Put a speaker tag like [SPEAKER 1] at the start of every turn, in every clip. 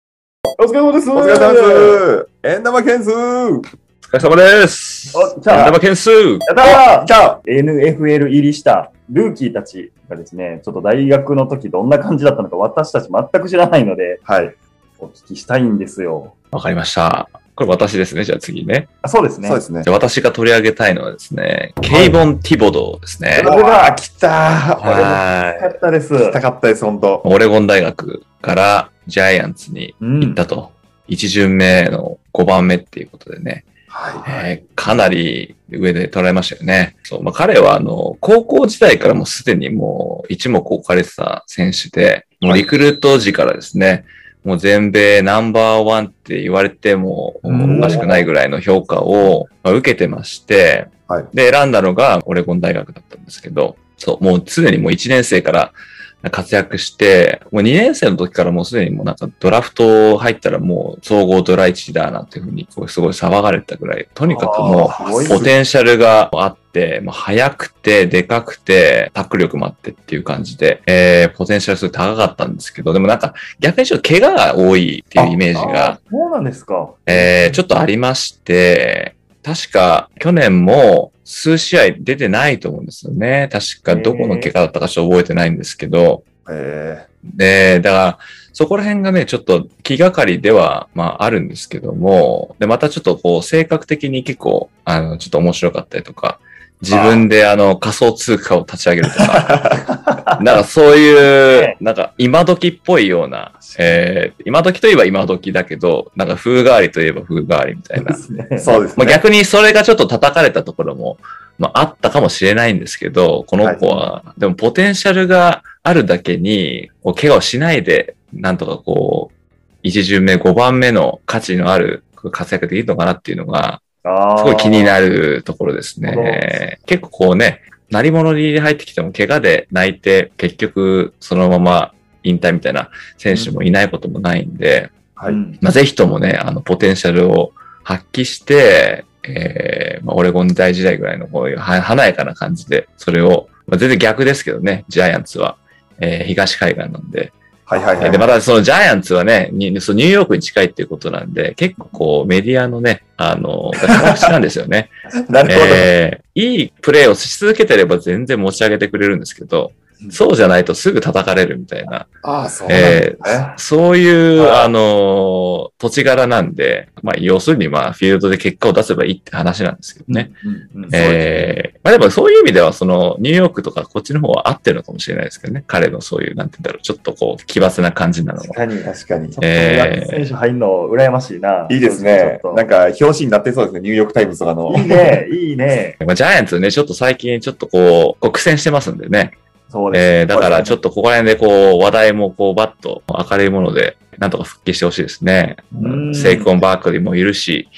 [SPEAKER 1] 疲れ様です。
[SPEAKER 2] お疲れ様です。円玉件数やっ
[SPEAKER 3] お疲れ様です。
[SPEAKER 1] おじゃあ
[SPEAKER 3] 山件数。
[SPEAKER 1] やった
[SPEAKER 2] ー
[SPEAKER 1] ー !NFL 入りしたルーキーたちがですね、ちょっと大学の時どんな感じだったのか私たち全く知らないので、
[SPEAKER 2] はい。
[SPEAKER 1] お聞きしたいんですよ。
[SPEAKER 3] わかりました。これ私ですね。じゃあ次ね。
[SPEAKER 1] あそうですね。
[SPEAKER 2] そうですね
[SPEAKER 3] じ。ゃあ私が取り上げたいのはですね、ケイボン・ティボドーですね。
[SPEAKER 2] うわー、来たー。
[SPEAKER 3] は
[SPEAKER 1] よかったです。
[SPEAKER 2] 来たかったです、ほんと。
[SPEAKER 3] い。オレゴン大学からジャイアンツに
[SPEAKER 1] うん
[SPEAKER 3] 行ったと。一巡目の5番目っていうことでね、
[SPEAKER 2] は
[SPEAKER 3] えーかなり上で捉えましたよね。そうまあ、彼はあの高校時代からもうすでにもう一目置かれてた選手で、もうリクルート時からですね、もう全米ナンバーワンって言われても
[SPEAKER 1] うん
[SPEAKER 3] おかしくないぐらいの評価をまあ受けてまして、
[SPEAKER 2] はい
[SPEAKER 3] で、選んだのがオレゴン大学だったんですけど、そう、もうすでにもう1年生から活躍して、もう2年生の時からもうすでにもうなんかドラフト入ったらもう総合ドラ1だなんていうふうにこうすごい騒がれてたぐらい、とにかくも
[SPEAKER 1] あー
[SPEAKER 2] う
[SPEAKER 1] すごい
[SPEAKER 3] う
[SPEAKER 1] っすね
[SPEAKER 3] ポテンシャルがあって、もう速くて、でかくて、タック力もあってっていう感じで、えー、ポテンシャルすごい高かったんですけど、でもなんか逆にちょっと怪我が多いっていうイメージが
[SPEAKER 1] あ、そうなんですか。
[SPEAKER 3] えー、ちょっとありまして、確か去年も数試合出てないと思うんですよね。確かどこの怪我だったかちょっと覚えてないんですけど、
[SPEAKER 2] え
[SPEAKER 3] で、だから、そこら辺がね、ちょっと気がかりでは、まあ、あるんですけども、で、またちょっとこう、性格的に結構、あの、ちょっと面白かったりとか、自分であの、仮想通貨を立ち上げるとか、なんか そういう
[SPEAKER 1] ね、
[SPEAKER 3] なんか今時っぽいような、えー、今時といえば今時だけど、なんか風変わりといえば風変わりみたい
[SPEAKER 1] で
[SPEAKER 3] な。
[SPEAKER 1] すね。
[SPEAKER 2] ー、そうです
[SPEAKER 3] まあ、
[SPEAKER 2] ね。
[SPEAKER 3] 逆にそれがちょっと叩かれたところも、まあ、あったかもしれないんですけど、この子は、でもポテンシャルがあるだけに、こう怪我をしないで、なんとかこう、一巡目、5番目の価値のある活躍できるのかなっていうのが、
[SPEAKER 1] あー
[SPEAKER 3] すごい気になるところです
[SPEAKER 1] なる
[SPEAKER 3] ね。結構こうね、鳴り物入りで入ってきても怪我で泣いて、結局そのまま引退みたいな選手もいないこともないんで、
[SPEAKER 2] はい
[SPEAKER 1] うん
[SPEAKER 3] まあ、ぜひともね、あの、ポテンシャルを発揮して、えーまあ、オレゴン大時代ぐらいのこういうは華やかな感じで、それを、まあ、全然逆ですけどね、ジャイアンツは、えー東海岸なんで。
[SPEAKER 2] はいはいは
[SPEAKER 3] えー
[SPEAKER 2] い。
[SPEAKER 3] で、またそのジャイアンツはね、にそのニューヨークに近いっていうことなんで、結構こうメディアのね、あの、がしなんですよね。
[SPEAKER 2] なるほど。
[SPEAKER 3] えーいいプレーをし続けてれば全然持ち上げてくれるんですけど、そうじゃないとすぐ叩かれるみたいな。
[SPEAKER 2] ああ、そうなんですね。
[SPEAKER 3] そういう、
[SPEAKER 2] あー
[SPEAKER 3] あの、土地柄なんで、まあ、要するに、まあ、フィールドで結果を出せばいいって話なんですけどね。。
[SPEAKER 1] うんうん
[SPEAKER 3] えーまあ、でもそういう意味では、その、ニューヨークとかこっちの方は合ってるのかもしれないですけどね。彼のそういう、なんて言うんだろう、ちょっとこう、奇抜な感じなの
[SPEAKER 1] 確
[SPEAKER 3] も。
[SPEAKER 1] かに。ちょっ
[SPEAKER 2] 確かに
[SPEAKER 1] と。
[SPEAKER 3] えー
[SPEAKER 1] 選手入るの羨ましいな。
[SPEAKER 2] いいですね
[SPEAKER 1] ちょ。っと
[SPEAKER 2] なんか、表紙になってそうですね。ニューヨークタイムズとかの。
[SPEAKER 1] いいね、いいね。
[SPEAKER 3] まあ、ジャイアンツね、ちょっと最近、ちょっとこう、こう苦戦してますんでね。
[SPEAKER 1] そうですね。
[SPEAKER 3] えーだから、ちょっとここら辺で、こう、話題も、こう、バッと明るいもので、なんとか復帰してほしいですね。
[SPEAKER 1] うん
[SPEAKER 3] セイクオン・バークリーもいるし、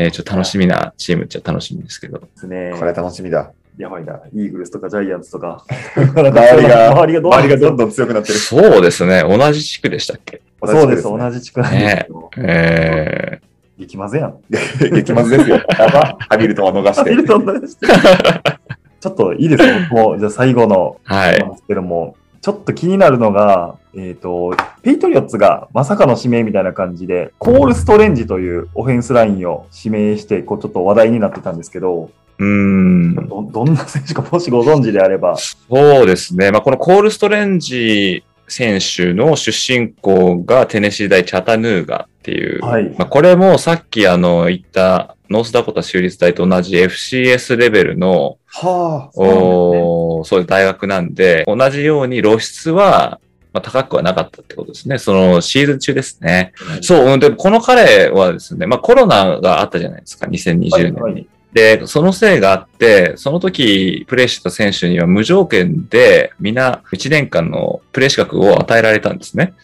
[SPEAKER 3] えーちょっと楽しみなチームっちゃ楽しみですけど。
[SPEAKER 1] ですね。
[SPEAKER 2] これ楽しみだ。
[SPEAKER 1] やばいな。イーグルスとかジャイアンツとか。周
[SPEAKER 2] 周りが
[SPEAKER 1] 周りがどうな
[SPEAKER 2] 周りが
[SPEAKER 1] んですか
[SPEAKER 2] どんどん強くなってる。
[SPEAKER 3] そうですね。同じ地区でしたっけ
[SPEAKER 1] そうです、
[SPEAKER 2] 同
[SPEAKER 1] 同じ地区なんですけど。
[SPEAKER 3] え
[SPEAKER 1] 激まぜやん。
[SPEAKER 2] じ。激まずですよ。
[SPEAKER 1] やば。
[SPEAKER 2] ハビルトンは逃し
[SPEAKER 1] 見る
[SPEAKER 2] て。
[SPEAKER 1] と同じ地区 ちょっといいですよ。もう、じゃあ最後の、
[SPEAKER 3] ーは。
[SPEAKER 1] ないんですけども、ちょっと気になるのが、えっ、と、ペイトリオッツがまさかの指名みたいな感じで、コール・ストレンジというオフェンスラインを指名して、こう、ちょっと話題になってたんですけど、
[SPEAKER 3] うーん。
[SPEAKER 1] どどんな選手か、もしご存知であれば、
[SPEAKER 3] そうですね。まあ、このコールストレンジ選手の出身校がテネシー大チャタヌーガっていう。
[SPEAKER 1] はい
[SPEAKER 3] まあ、これもさっきあの言ったノースダコタ州立大と同じ FCS レベルの
[SPEAKER 2] は
[SPEAKER 1] うなんですね
[SPEAKER 3] おーそういう大学なんで、同じように露出はまあ高くはなかったってことですね。そのシーズン中ですね。そう、うんでもこの彼はですね、まあコロナがあったじゃないですか、2020年に。
[SPEAKER 1] はいはい
[SPEAKER 3] で、そのせいがあって、その時プレーしてた選手には無条件で、みんな1年間のプレー資格を与えられたんですね。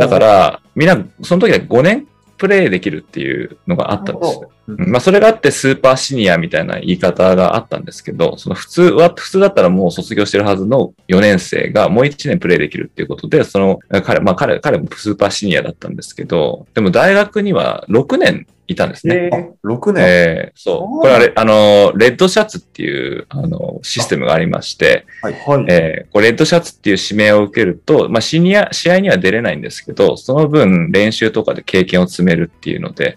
[SPEAKER 3] だか、ら、みんな、その時は5年プレーできるっていうのがあったんですよ。うんまあ、それがあってスーパーシニアみたいな言い方があったんですけど、その普通は、普通だったらもう卒業してるはずの4年生がもう1年プレイできるっていうことで、その、彼、まあ彼、彼もスーパーシニアだったんですけど、でも大学には6年いたんですね。
[SPEAKER 1] えー
[SPEAKER 2] 6年。
[SPEAKER 3] えーそう。
[SPEAKER 1] おー
[SPEAKER 3] これあれ、あの、レッドシャツっていう、あの、システムがありまして、
[SPEAKER 1] はい。
[SPEAKER 3] えーこうレッドシャツっていう指名を受けると、まあ、シニア、試合には出れないんですけど、その分練習とかで経験を積めるっていうので、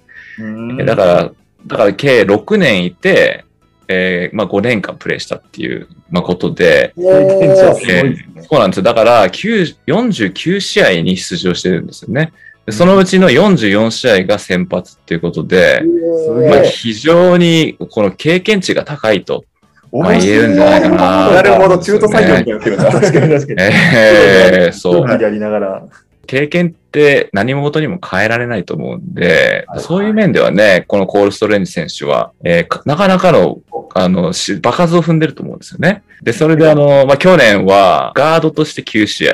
[SPEAKER 3] えだから、だから計6年いて、えーまあ5年間プレイしたっていう、まあ、ことで、
[SPEAKER 1] 経験値はすごいですね。
[SPEAKER 3] そうなんですよ。だから、9 49試合に出場してるんですよね。でそのうちの44試合が先発っていうことで、
[SPEAKER 1] え
[SPEAKER 3] まあ、
[SPEAKER 1] え
[SPEAKER 3] 非常にこの経験値が高いと。
[SPEAKER 2] お
[SPEAKER 3] まあ言えるんじゃないかな
[SPEAKER 2] なるほど、中途採用みたいになってるんだ。
[SPEAKER 1] 確かに確かに。
[SPEAKER 3] えーそう。
[SPEAKER 1] やりながら。
[SPEAKER 3] 経験って何事にも変えられないと思うんで、
[SPEAKER 1] はい
[SPEAKER 3] そういう面ではね、このコールストレンジ選手は、えーかなかなかの、あの、し場数を踏んでると思うんですよね。で、それであの、まあ、去年はガードとして9試合、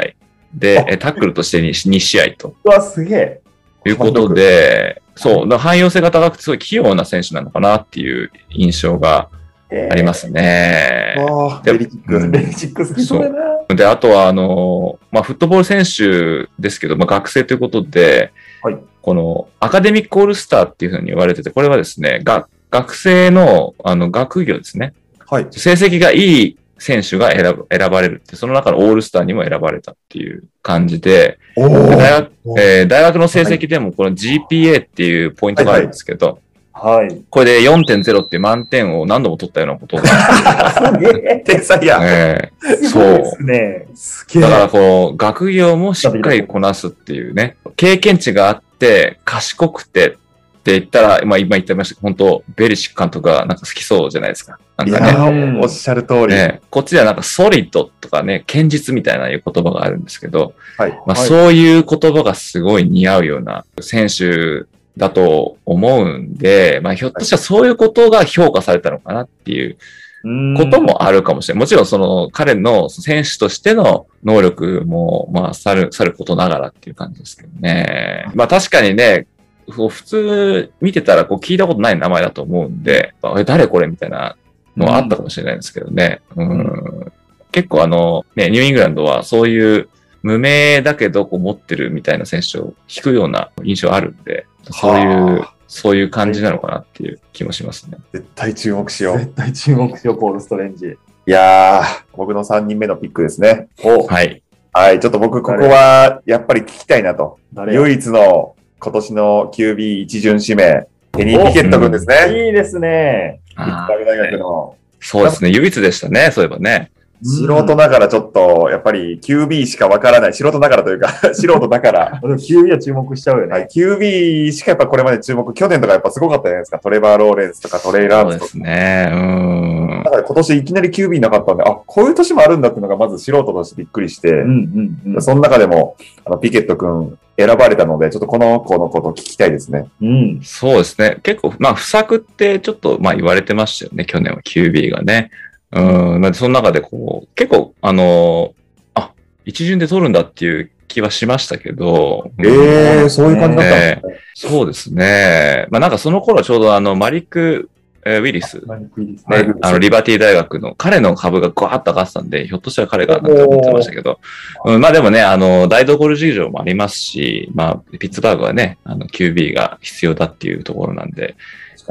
[SPEAKER 3] で、えータックルとして 2, 2試合と
[SPEAKER 1] うわ、すげえ。
[SPEAKER 3] いうことで、そう、だ汎用性が高くて、すごい器用な選手なのかなっていう印象がありますね。
[SPEAKER 2] ああ、
[SPEAKER 3] で
[SPEAKER 2] ベリキッ
[SPEAKER 3] う
[SPEAKER 2] ク。
[SPEAKER 3] ん
[SPEAKER 1] ベーシック好きそうだな。
[SPEAKER 3] で、あとは、あの、まあ、フットボール選手ですけど、まあ、学生ということで、
[SPEAKER 1] はい
[SPEAKER 3] この、アカデミックオールスターっていうふうに言われてて、これはですね、が学生の、あの、学業ですね。
[SPEAKER 2] はい。
[SPEAKER 3] 成績がいい選手が選ぶ選ばれるって、その中のオールスターにも選ばれたっていう感じで、
[SPEAKER 2] おお。
[SPEAKER 3] 大学えー大学の成績でも、この GPA っていうポイントがあるんですけど、
[SPEAKER 1] はい。
[SPEAKER 3] これで4.0っていう満点を何度も取ったようなこと が、
[SPEAKER 1] すげえ。
[SPEAKER 2] 天才や。
[SPEAKER 3] えー
[SPEAKER 1] すごいですね。すげえ
[SPEAKER 3] だか。らこう、学業もしっかりこなすっていうね、経験値があって、賢くてって言ったら、まあ今言ってましたけど、本当ベリシック監督がなんか好きそうじゃないですか。なん
[SPEAKER 2] い
[SPEAKER 3] か
[SPEAKER 1] や
[SPEAKER 3] ね。
[SPEAKER 2] や
[SPEAKER 1] うん
[SPEAKER 2] ー、おっしゃる通り。
[SPEAKER 3] ねこっちではなんかソリッドとかね、堅実みたいないう言葉があるんですけど、
[SPEAKER 2] はい
[SPEAKER 3] まあ、
[SPEAKER 1] はい
[SPEAKER 3] そういう言葉がすごい似合うような選手だと思うんで、まあ、ひょっとしたらそういうことが評価されたのかなっていうこともあるかもしれない。もちろんその彼の選手としての能力も、まあ、さる、さることながらっていう感じですけどね。まあ確かにね、こう普通見てたらこう聞いたことない名前だと思うんで、あえ、誰これみたいなのはあったかもしれないですけどね。うん結構あの、ね、ニューイングランドはそういう無名だけどこう持ってるみたいな選手を引くような印象あるんで、そういう
[SPEAKER 2] は、
[SPEAKER 3] そういう感じなのかなっていう気もしますね。
[SPEAKER 2] 絶対注目しよう。
[SPEAKER 1] 絶対注目しよう、ポール・ストレンジ。
[SPEAKER 2] いやー、僕の3人目のピックですね。お
[SPEAKER 3] はい。
[SPEAKER 2] はい、ちょっと僕、ここは、やっぱり聞きたいなと。
[SPEAKER 1] 誰
[SPEAKER 2] 唯一の今年の QB 一巡指名、ケニー・ピケット君ですね。
[SPEAKER 1] いいですね。
[SPEAKER 2] ピッツバーグ大学の。
[SPEAKER 3] そうですね。唯一でしたね。そういえばね。
[SPEAKER 2] 素人ながらちょっと、やっぱり QB しかわからない、素人ながらというか、 素人だから、
[SPEAKER 1] でも、急には注目しちゃうよ
[SPEAKER 2] は
[SPEAKER 1] ね。
[SPEAKER 2] い、QB しかやっぱこれまで注目、去年とかやっぱすごかったじゃないですか、トレバー・ローレンスとかトレイ・ラー
[SPEAKER 3] そ
[SPEAKER 2] ズ
[SPEAKER 3] うで
[SPEAKER 2] とか。
[SPEAKER 3] すね。うーん
[SPEAKER 2] だ。から今年いきなり QB なかったんで、あ、こういう年もあるんだっていうのがまず素人としてびっくりして、
[SPEAKER 1] うんうんうん。
[SPEAKER 2] その中でも、あのピケット君選ばれたので、ちょっとこの子のことを聞きたいですね。
[SPEAKER 1] うん。
[SPEAKER 3] そうですね。結構、まあ、不作ってちょっと、まあ、言われてましたよね。去年は QB がね。うん。なんで、その中でこう、結構、あのーあ、一巡で取るんだっていう気はしましたけど。うん
[SPEAKER 2] ええー、そういう感じだったんですね。
[SPEAKER 3] そうですね。まあ、なんかその頃ちょうどあの、マリック、えーウィリス。
[SPEAKER 1] マニクイですね。
[SPEAKER 3] ね、あの、リバティ大学の、彼の株がガーッと上がってたんで、ひょっとしたら彼がなんか持ってましたけど、うん、まあでもね、あの、台所事情もありますし、まあ、ピッツバーグはね、あの、QB が必要だっていうところなんで、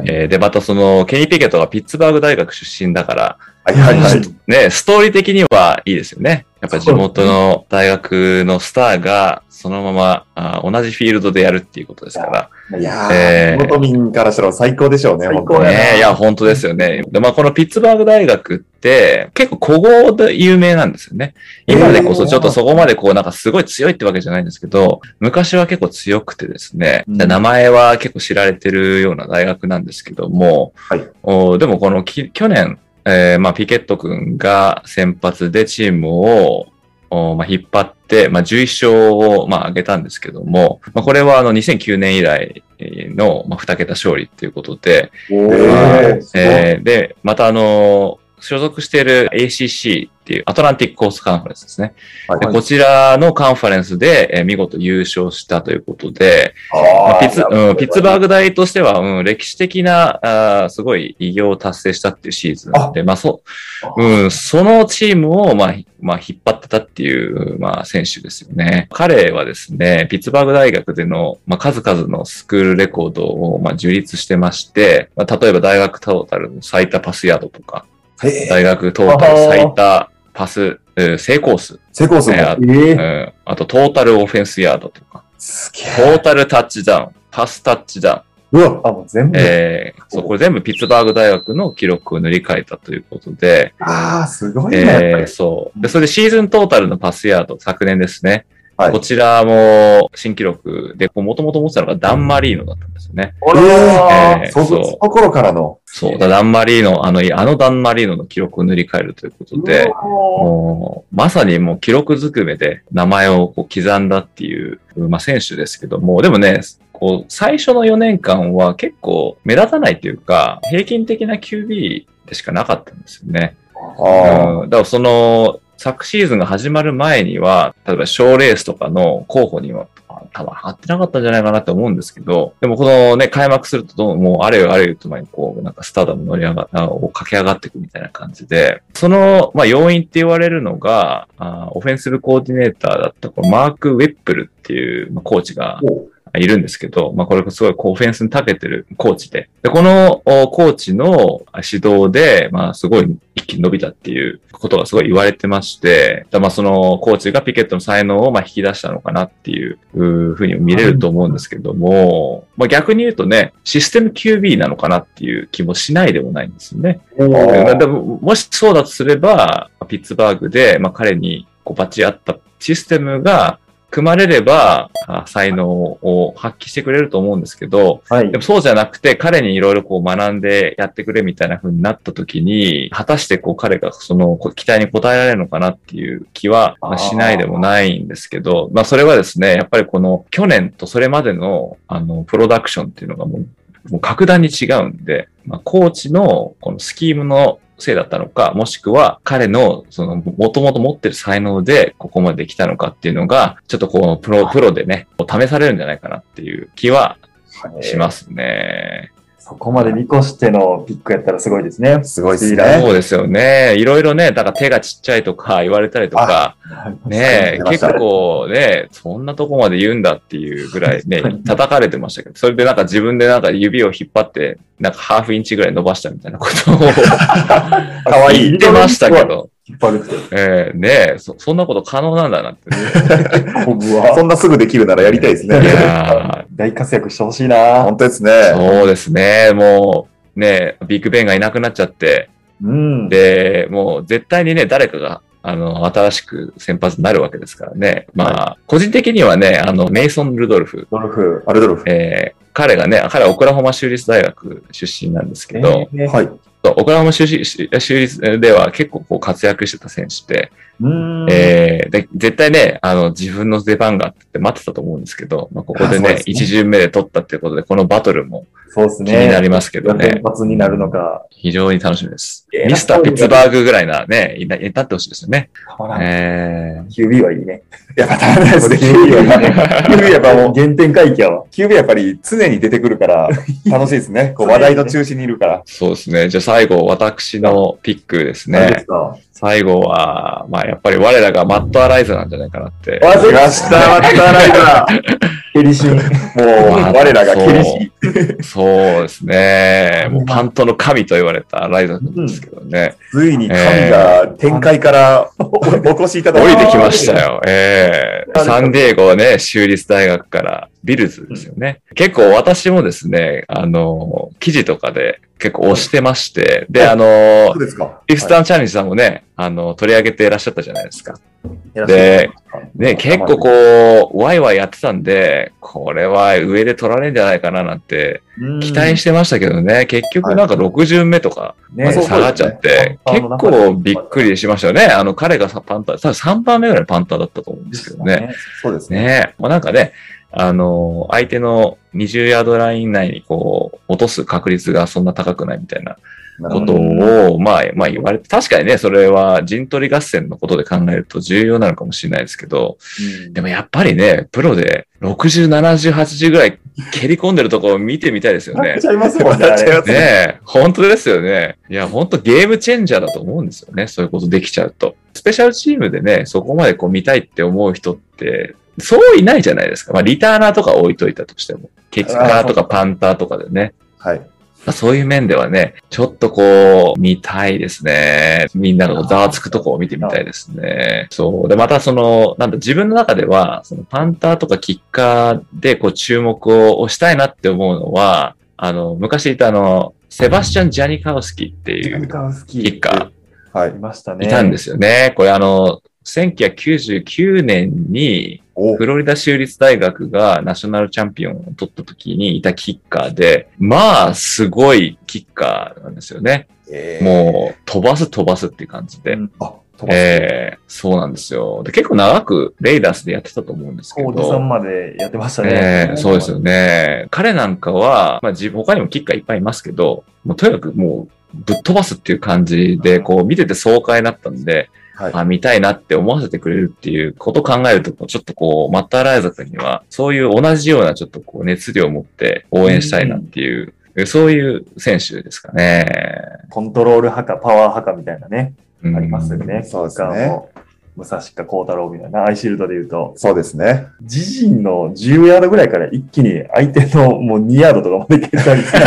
[SPEAKER 3] えーで、またその、ケニー・ピケットがピッツバーグ大学出身だから、
[SPEAKER 2] はいはいはい。
[SPEAKER 3] ね、ストーリー的にはいいですよね。やっぱ地元の大学のスターが、そのままあ同じフィールドでやるっていうことですから、
[SPEAKER 2] いやー、
[SPEAKER 3] えー
[SPEAKER 2] 地元民からしたら最高でしょうね、
[SPEAKER 1] 最高
[SPEAKER 2] 本当に
[SPEAKER 1] やな
[SPEAKER 3] ねえ、いや、本当ですよね。で、まあ、このピッツバーグ大学って、結構古豪で有名なんですよね。今でこそ、ちょっとそこまでこう、なんかすごい強いってわけじゃないんですけど、昔は結構強くてですね、
[SPEAKER 1] うん
[SPEAKER 3] で名前は結構知られてるような大学なんですけども、
[SPEAKER 2] はい
[SPEAKER 3] おでもこのき去年、えーまあ、ピケット君が先発でチームを、おまあ、引っ張って、まあ、11勝を、まあ、上げたんですけども、まあ、これはあの2009年以来えーの、まあ、2桁勝利っていうことで、
[SPEAKER 1] お
[SPEAKER 2] えー
[SPEAKER 1] ー。
[SPEAKER 3] えーで、またあのー所属している ACC っていう、アトランティックコースカンファレンスですね。
[SPEAKER 2] はい
[SPEAKER 3] でこちらのカンファレンスで、えー見事優勝したということで、まあ
[SPEAKER 2] あ
[SPEAKER 3] ピッツうん、ピッツバー
[SPEAKER 2] グ。
[SPEAKER 3] グ大としては、うん、歴史的な、あーすごい偉業を達成したっていうシーズンで、まあそう、うん、そのチームを、まあ、ひまあ、引っ張ってたっていう、まあ、選手ですよね。彼はですね、ピッツバーグ大学での、まあ、数々のスクールレコードを、まあ、樹立してまして、まあ、例えば大学トータルの最多パスヤードとか、
[SPEAKER 2] へえ
[SPEAKER 3] 大学トータル最多パス、えー成功数、
[SPEAKER 2] 成功する
[SPEAKER 3] えー
[SPEAKER 1] えー
[SPEAKER 3] うん、あとトータルオフェンスヤードとか、
[SPEAKER 2] すげ
[SPEAKER 3] ト
[SPEAKER 2] え。
[SPEAKER 3] ータルタッチダウン、パスタッチダウン、
[SPEAKER 1] うわ、あ、もう全部。
[SPEAKER 3] えーそう、これ全部ピッツバーグ大学の記録を塗り替えたということで、
[SPEAKER 2] ああ、すごいね。
[SPEAKER 3] えーそう。で、それでシーズントータルのパスヤード、昨年ですね。
[SPEAKER 2] はい
[SPEAKER 3] こちらも新記録で、もともと持ってたのがダンマリーノだったんですよね。
[SPEAKER 2] あ
[SPEAKER 1] あ
[SPEAKER 3] えー
[SPEAKER 2] そ
[SPEAKER 3] そう
[SPEAKER 2] その頃からの。
[SPEAKER 3] そう。だからダンマリーノ、あの、あのダンマリーノの記録を塗り替えるということで、もう、まさにもう記録ずくめで名前をこう刻んだっていう、まあ、選手ですけども、でもね、こう、最初の4年間は結構目立たないというか、平均的な QB でしかなかったんですよね。
[SPEAKER 2] ああ、
[SPEAKER 3] うん、だからその、昨シーズンが始まる前には、例えば賞レースとかの候補には、多分貼ってなかったんじゃないかなって思うんですけど、でもこのね、開幕するとどうも、もうあれよあれよと前にこう、なんかスターダム乗り上が、あを駆け上がっていくみたいな感じで、その、まあ、要因って言われるのが、あオフェンスブコーディネーターだったこのマーク・ウェップルっていう、まあ、コーチが
[SPEAKER 2] おう
[SPEAKER 3] いるんですけど、まあ、これすごいこうオフェンスに長けてるコーチで。で、このおコーチの指導で、まあ、すごい一気に伸びたっていうことがすごい言われてまして、だまあ、そのコーチがピケットの才能をまあ引き出したのかなっていううーふうにも見れると思うんですけども、まあ、逆に言うとね、システム QB なのかなっていう気もしないでもないんですよね。
[SPEAKER 2] あー
[SPEAKER 3] まあでももしそうだとすれば、ピッツバーグで、まあ、彼にこうバチ合ったシステムが組まれれば、あ才能を発揮してくれると思うんですけど、
[SPEAKER 1] はい
[SPEAKER 3] で。もそうじゃなくて、彼にいろいろこう学んでやってくれみたいな風になった時に、果たしてこう彼がそのこう期待に応えられるのかなっていう気はまあしないでもないんですけど、まあそれはですね、やっぱりこの去年とそれまでのあのプロダクションっていうのがもうもう格段に違うんで、まあコーチのこのスキームのせいだったのか、もしくは彼のその元々持ってる才能でここまで来たのかっていうのが、ちょっとこのプロ、プロでね、こう試されるんじゃないかなっていう気はしますね。
[SPEAKER 1] そこまで見越してのピックやったらすごいですね。
[SPEAKER 2] すごいっすね
[SPEAKER 1] スリラー
[SPEAKER 3] そうですよね。いろいろね、だから手がちっちゃいとか言われたりとか、ね
[SPEAKER 2] 言って、まし
[SPEAKER 3] 結
[SPEAKER 2] たね
[SPEAKER 3] 構ね、そんなとこまで言うんだっていうぐらいね
[SPEAKER 1] 確か、に
[SPEAKER 3] 叩かれてましたけど、それでなんか自分でなんか指を引っ張って、なんかハーフインチぐらい伸ばしたみたいなことを
[SPEAKER 2] かわい
[SPEAKER 3] 言
[SPEAKER 2] い
[SPEAKER 3] っ。てましたけど、
[SPEAKER 1] 引っ張るって。
[SPEAKER 3] えーねそ、そんなこと可能なんだなって、ね。
[SPEAKER 1] コブ
[SPEAKER 2] そ
[SPEAKER 1] は
[SPEAKER 2] んなすぐできるならやりたいです
[SPEAKER 3] い
[SPEAKER 2] ね。
[SPEAKER 3] や
[SPEAKER 1] 大活躍してほしいな
[SPEAKER 2] 本。当です
[SPEAKER 3] ー
[SPEAKER 2] ね。
[SPEAKER 3] そうですね、もう、ね、ビッグベンがいなくなっちゃって、
[SPEAKER 1] うん。
[SPEAKER 3] で、もう絶対にね、誰かが、あの、新しく先発になるわけですからね。まあ、個人的にはね、あの、メイソン・ルドルフ、
[SPEAKER 1] ゴルフ。
[SPEAKER 2] アルドルフ。
[SPEAKER 3] えー彼がね、彼はオクラホマ州立大学出身なんですけど、
[SPEAKER 1] えー
[SPEAKER 2] はい。
[SPEAKER 3] そうオクラホマ州立州立では結構こう活躍してた選手で、
[SPEAKER 1] うん。
[SPEAKER 3] えーで絶対ね、あの、自分の出番があって待ってたと思うんですけど、まあ、ここで
[SPEAKER 1] あそう
[SPEAKER 3] ね
[SPEAKER 1] で、すね
[SPEAKER 3] 一巡目で取ったっていうことで、このバトルも
[SPEAKER 1] そうです
[SPEAKER 3] 気
[SPEAKER 1] ね。
[SPEAKER 3] になりますけどね。
[SPEAKER 1] 連発になるのか。
[SPEAKER 3] 非常に楽しみです
[SPEAKER 1] いや。
[SPEAKER 3] ミスター・ピッツバーグぐらいなね、いななってほしいですよね。えー
[SPEAKER 1] QB はいいね。
[SPEAKER 2] いや、またね、それ、キュウリはね、キュウリやっぱもう、
[SPEAKER 1] 原点回帰やわ。
[SPEAKER 2] キュウリやっぱり常に出てくるから、楽しいですね。こう、話題の中心にいるから。
[SPEAKER 3] そうですね。じゃあ最後、私のピックです
[SPEAKER 1] 大丈夫で
[SPEAKER 3] ね
[SPEAKER 1] す。か
[SPEAKER 3] 最後は、まあやっぱり我らがマット・アライズなんじゃないかなって。
[SPEAKER 1] わ
[SPEAKER 2] 来ました、またライダー。
[SPEAKER 1] ヘリシン。
[SPEAKER 2] もう、我らがケリシー。
[SPEAKER 3] そうですね。もうパントの神と言われたアライズなんですけどね。
[SPEAKER 2] ついに神が展開からお越しいただ
[SPEAKER 3] 降
[SPEAKER 2] い
[SPEAKER 3] り
[SPEAKER 2] て
[SPEAKER 3] てきましたよ。ええ
[SPEAKER 1] あ
[SPEAKER 3] サンディエゴね、州立大学から、ビルズですよね。結構私もですね、あの、記事とかで結構押してまして、で、あの
[SPEAKER 2] そう、ですか。
[SPEAKER 3] イースタンチャレンジさんもね、あの、取り上げていらっしゃったじゃないですか。で、ね、結構こう、ワイワイやってたんで、これは上で取られるんじゃないかななんて、
[SPEAKER 1] うん
[SPEAKER 3] 期待してましたけどね、結局なんか60目とかま
[SPEAKER 1] ね
[SPEAKER 3] で
[SPEAKER 2] そう
[SPEAKER 3] 下がっちゃって、
[SPEAKER 1] そう
[SPEAKER 3] 結
[SPEAKER 1] ですね
[SPEAKER 3] 構びっくりしましたよね。あの、彼がさパンター、多分3番目ぐらいのパンターだったと思うんですけどね。。
[SPEAKER 2] そうですね。
[SPEAKER 3] ねもうなんかね、あの、相手の20ヤードライン内にこう、落とす確率がそんな高くないみたいな
[SPEAKER 2] なる
[SPEAKER 3] こ
[SPEAKER 2] ほ
[SPEAKER 3] と
[SPEAKER 2] ど
[SPEAKER 3] を、まあ、まあ言われて、確かにね、それは陣取り合戦のことで考えると重要なのかもしれないですけど、でもやっぱりね、プロで60、70、80ぐらい蹴り込んでるところを見てみたいですよ
[SPEAKER 1] なっ
[SPEAKER 3] ね。
[SPEAKER 1] ちゃいますよね。
[SPEAKER 2] なっちゃい
[SPEAKER 1] あ
[SPEAKER 2] ま
[SPEAKER 1] れ
[SPEAKER 2] す
[SPEAKER 3] ねえ、本当ですよね。いや、本当ゲームチェンジャーだと思うんですよね。そういうことできちゃうと。スペシャルチームでね、そこまでこう見たいって思う人って、そういないじゃないですか。まあ、リターナーとか置いといたとしても。キックターとかパンターとかでね。
[SPEAKER 2] はい。
[SPEAKER 3] まあ、そういう面ではね、ちょっとこう、見たいですね。みんなのざわつくとこを見てみたいですね。そう。で、またその、なんだ、自分の中では、そのパンターとかキッカーで、こう、注目を押したいなって思うのは、あの、昔いたあの、セバスチャン・ジャニカウスキってい
[SPEAKER 1] アメリ
[SPEAKER 3] う
[SPEAKER 1] カンスキ
[SPEAKER 3] キ
[SPEAKER 1] ー
[SPEAKER 3] ッカ
[SPEAKER 2] はい
[SPEAKER 1] い。ました
[SPEAKER 3] ー、
[SPEAKER 1] ね。
[SPEAKER 3] いたんですよね。これあの、1999年に、
[SPEAKER 2] お
[SPEAKER 3] フロリダ州立大学がナショナルチャンピオンを取った時にいたキッカーで、まあ、すごいキッカーなんですよね。
[SPEAKER 2] えー
[SPEAKER 3] もう、飛ばす飛ばすっていう感じで。
[SPEAKER 1] うん
[SPEAKER 2] あ、飛ばす
[SPEAKER 3] えーそうなんですよで。結構長くレイダースでやってたと思うんですけ
[SPEAKER 1] おじさん
[SPEAKER 3] ど。
[SPEAKER 1] までやってましたね。
[SPEAKER 3] えーそうですよね。彼なんかは、まあ、自分他にもキッカーいっぱいいますけど、もうとにかくもうぶっ飛ばすっていう感じで、こう見てて爽快だったんで、
[SPEAKER 2] はい
[SPEAKER 3] あ見たいなって思わせてくれるっていうことを考えると、ちょっとこう、マッターライザ君には、そういう同じようなちょっとこう熱量を持って応援したいなっていう、そういう選手ですかね。
[SPEAKER 1] コントロール派かパワー派かみたいなね、
[SPEAKER 3] うん
[SPEAKER 1] ありますよね。
[SPEAKER 2] そうですね
[SPEAKER 1] キッカーも。武蔵か孝太郎みたいな、アイシールドで言うと、
[SPEAKER 2] そうですね。
[SPEAKER 1] 自陣の10ヤードぐらいから一気に相手のもう2ヤードとかまで蹴ったりして、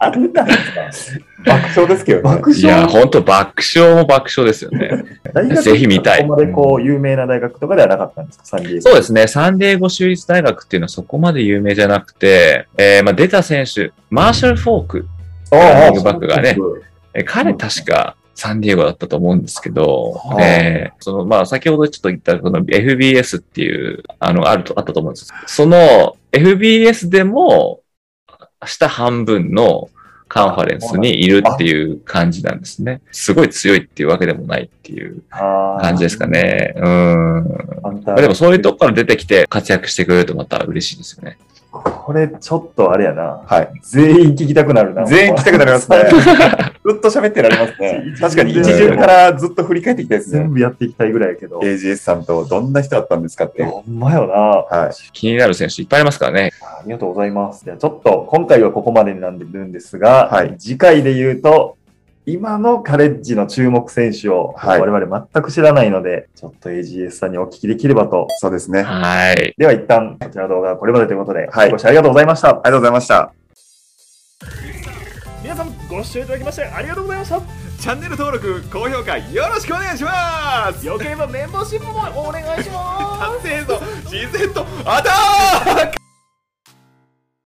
[SPEAKER 1] あんなんですか
[SPEAKER 2] 爆笑ですけどね。
[SPEAKER 1] 爆
[SPEAKER 3] いや、
[SPEAKER 1] 笑
[SPEAKER 3] 本当爆笑も爆笑ですよね。
[SPEAKER 1] 大学
[SPEAKER 3] ぜひ見たい
[SPEAKER 1] そこまでこう、有名な大学とかではなかったんですか、サンディエゴ
[SPEAKER 3] そうですね。サンディエゴ州立大学っていうのはそこまで有名じゃなくて、えーまあ、出た選手、マーシャル・フォーク。ランニングバックがねえー彼確かサンディエゴだったと思うんですけど、
[SPEAKER 1] はあ
[SPEAKER 3] えーその、まあ、先ほどちょっと言った、この FBS っていう、あの、あると、あったと思うんですその FBS でも、下半分のカンファレンスにいるっていう感じなんですね。すごい強いっていうわけでもないっていう感
[SPEAKER 1] 感
[SPEAKER 3] じですか。ね。うん。まあでもそういうとこから出てきて活躍してくれるとまた嬉しいですよね。
[SPEAKER 1] これちょっとあれやな。
[SPEAKER 2] はい。
[SPEAKER 1] 全員聞きたくなるな。。
[SPEAKER 2] 全員来たくなります ねずっと喋ってられます ね。確かに一
[SPEAKER 3] 全
[SPEAKER 2] 巡
[SPEAKER 3] 部
[SPEAKER 2] からずっと振り返っていきたいですね
[SPEAKER 1] 全。部やっていきたいぐらいやけど。
[SPEAKER 2] AGS さんとどんな人だったんですかって。は
[SPEAKER 1] ほんまよな。
[SPEAKER 2] い。
[SPEAKER 3] 気になる選手いっぱいいますからね。
[SPEAKER 1] ありがとうございます。じゃあちょっと今回はここまでになんでるんですが、
[SPEAKER 2] はい
[SPEAKER 1] 次回で言うと、今のカレッジの注目選手を
[SPEAKER 2] はい
[SPEAKER 1] 我々全く知らないので、ちょっと AGS さんにお聞きできればと。
[SPEAKER 2] そうですね。あ
[SPEAKER 3] はい。
[SPEAKER 1] では一旦こちらの動画はこれまでということで、
[SPEAKER 2] はい
[SPEAKER 1] ご視聴ありがとうございました。
[SPEAKER 2] りがとうございました。
[SPEAKER 4] 皆さんご視聴いただきましてありがとうございましたチャンネル登録高評価よろしくお願いします よければメンバーシップもお願いします達成ぞ自然とアタック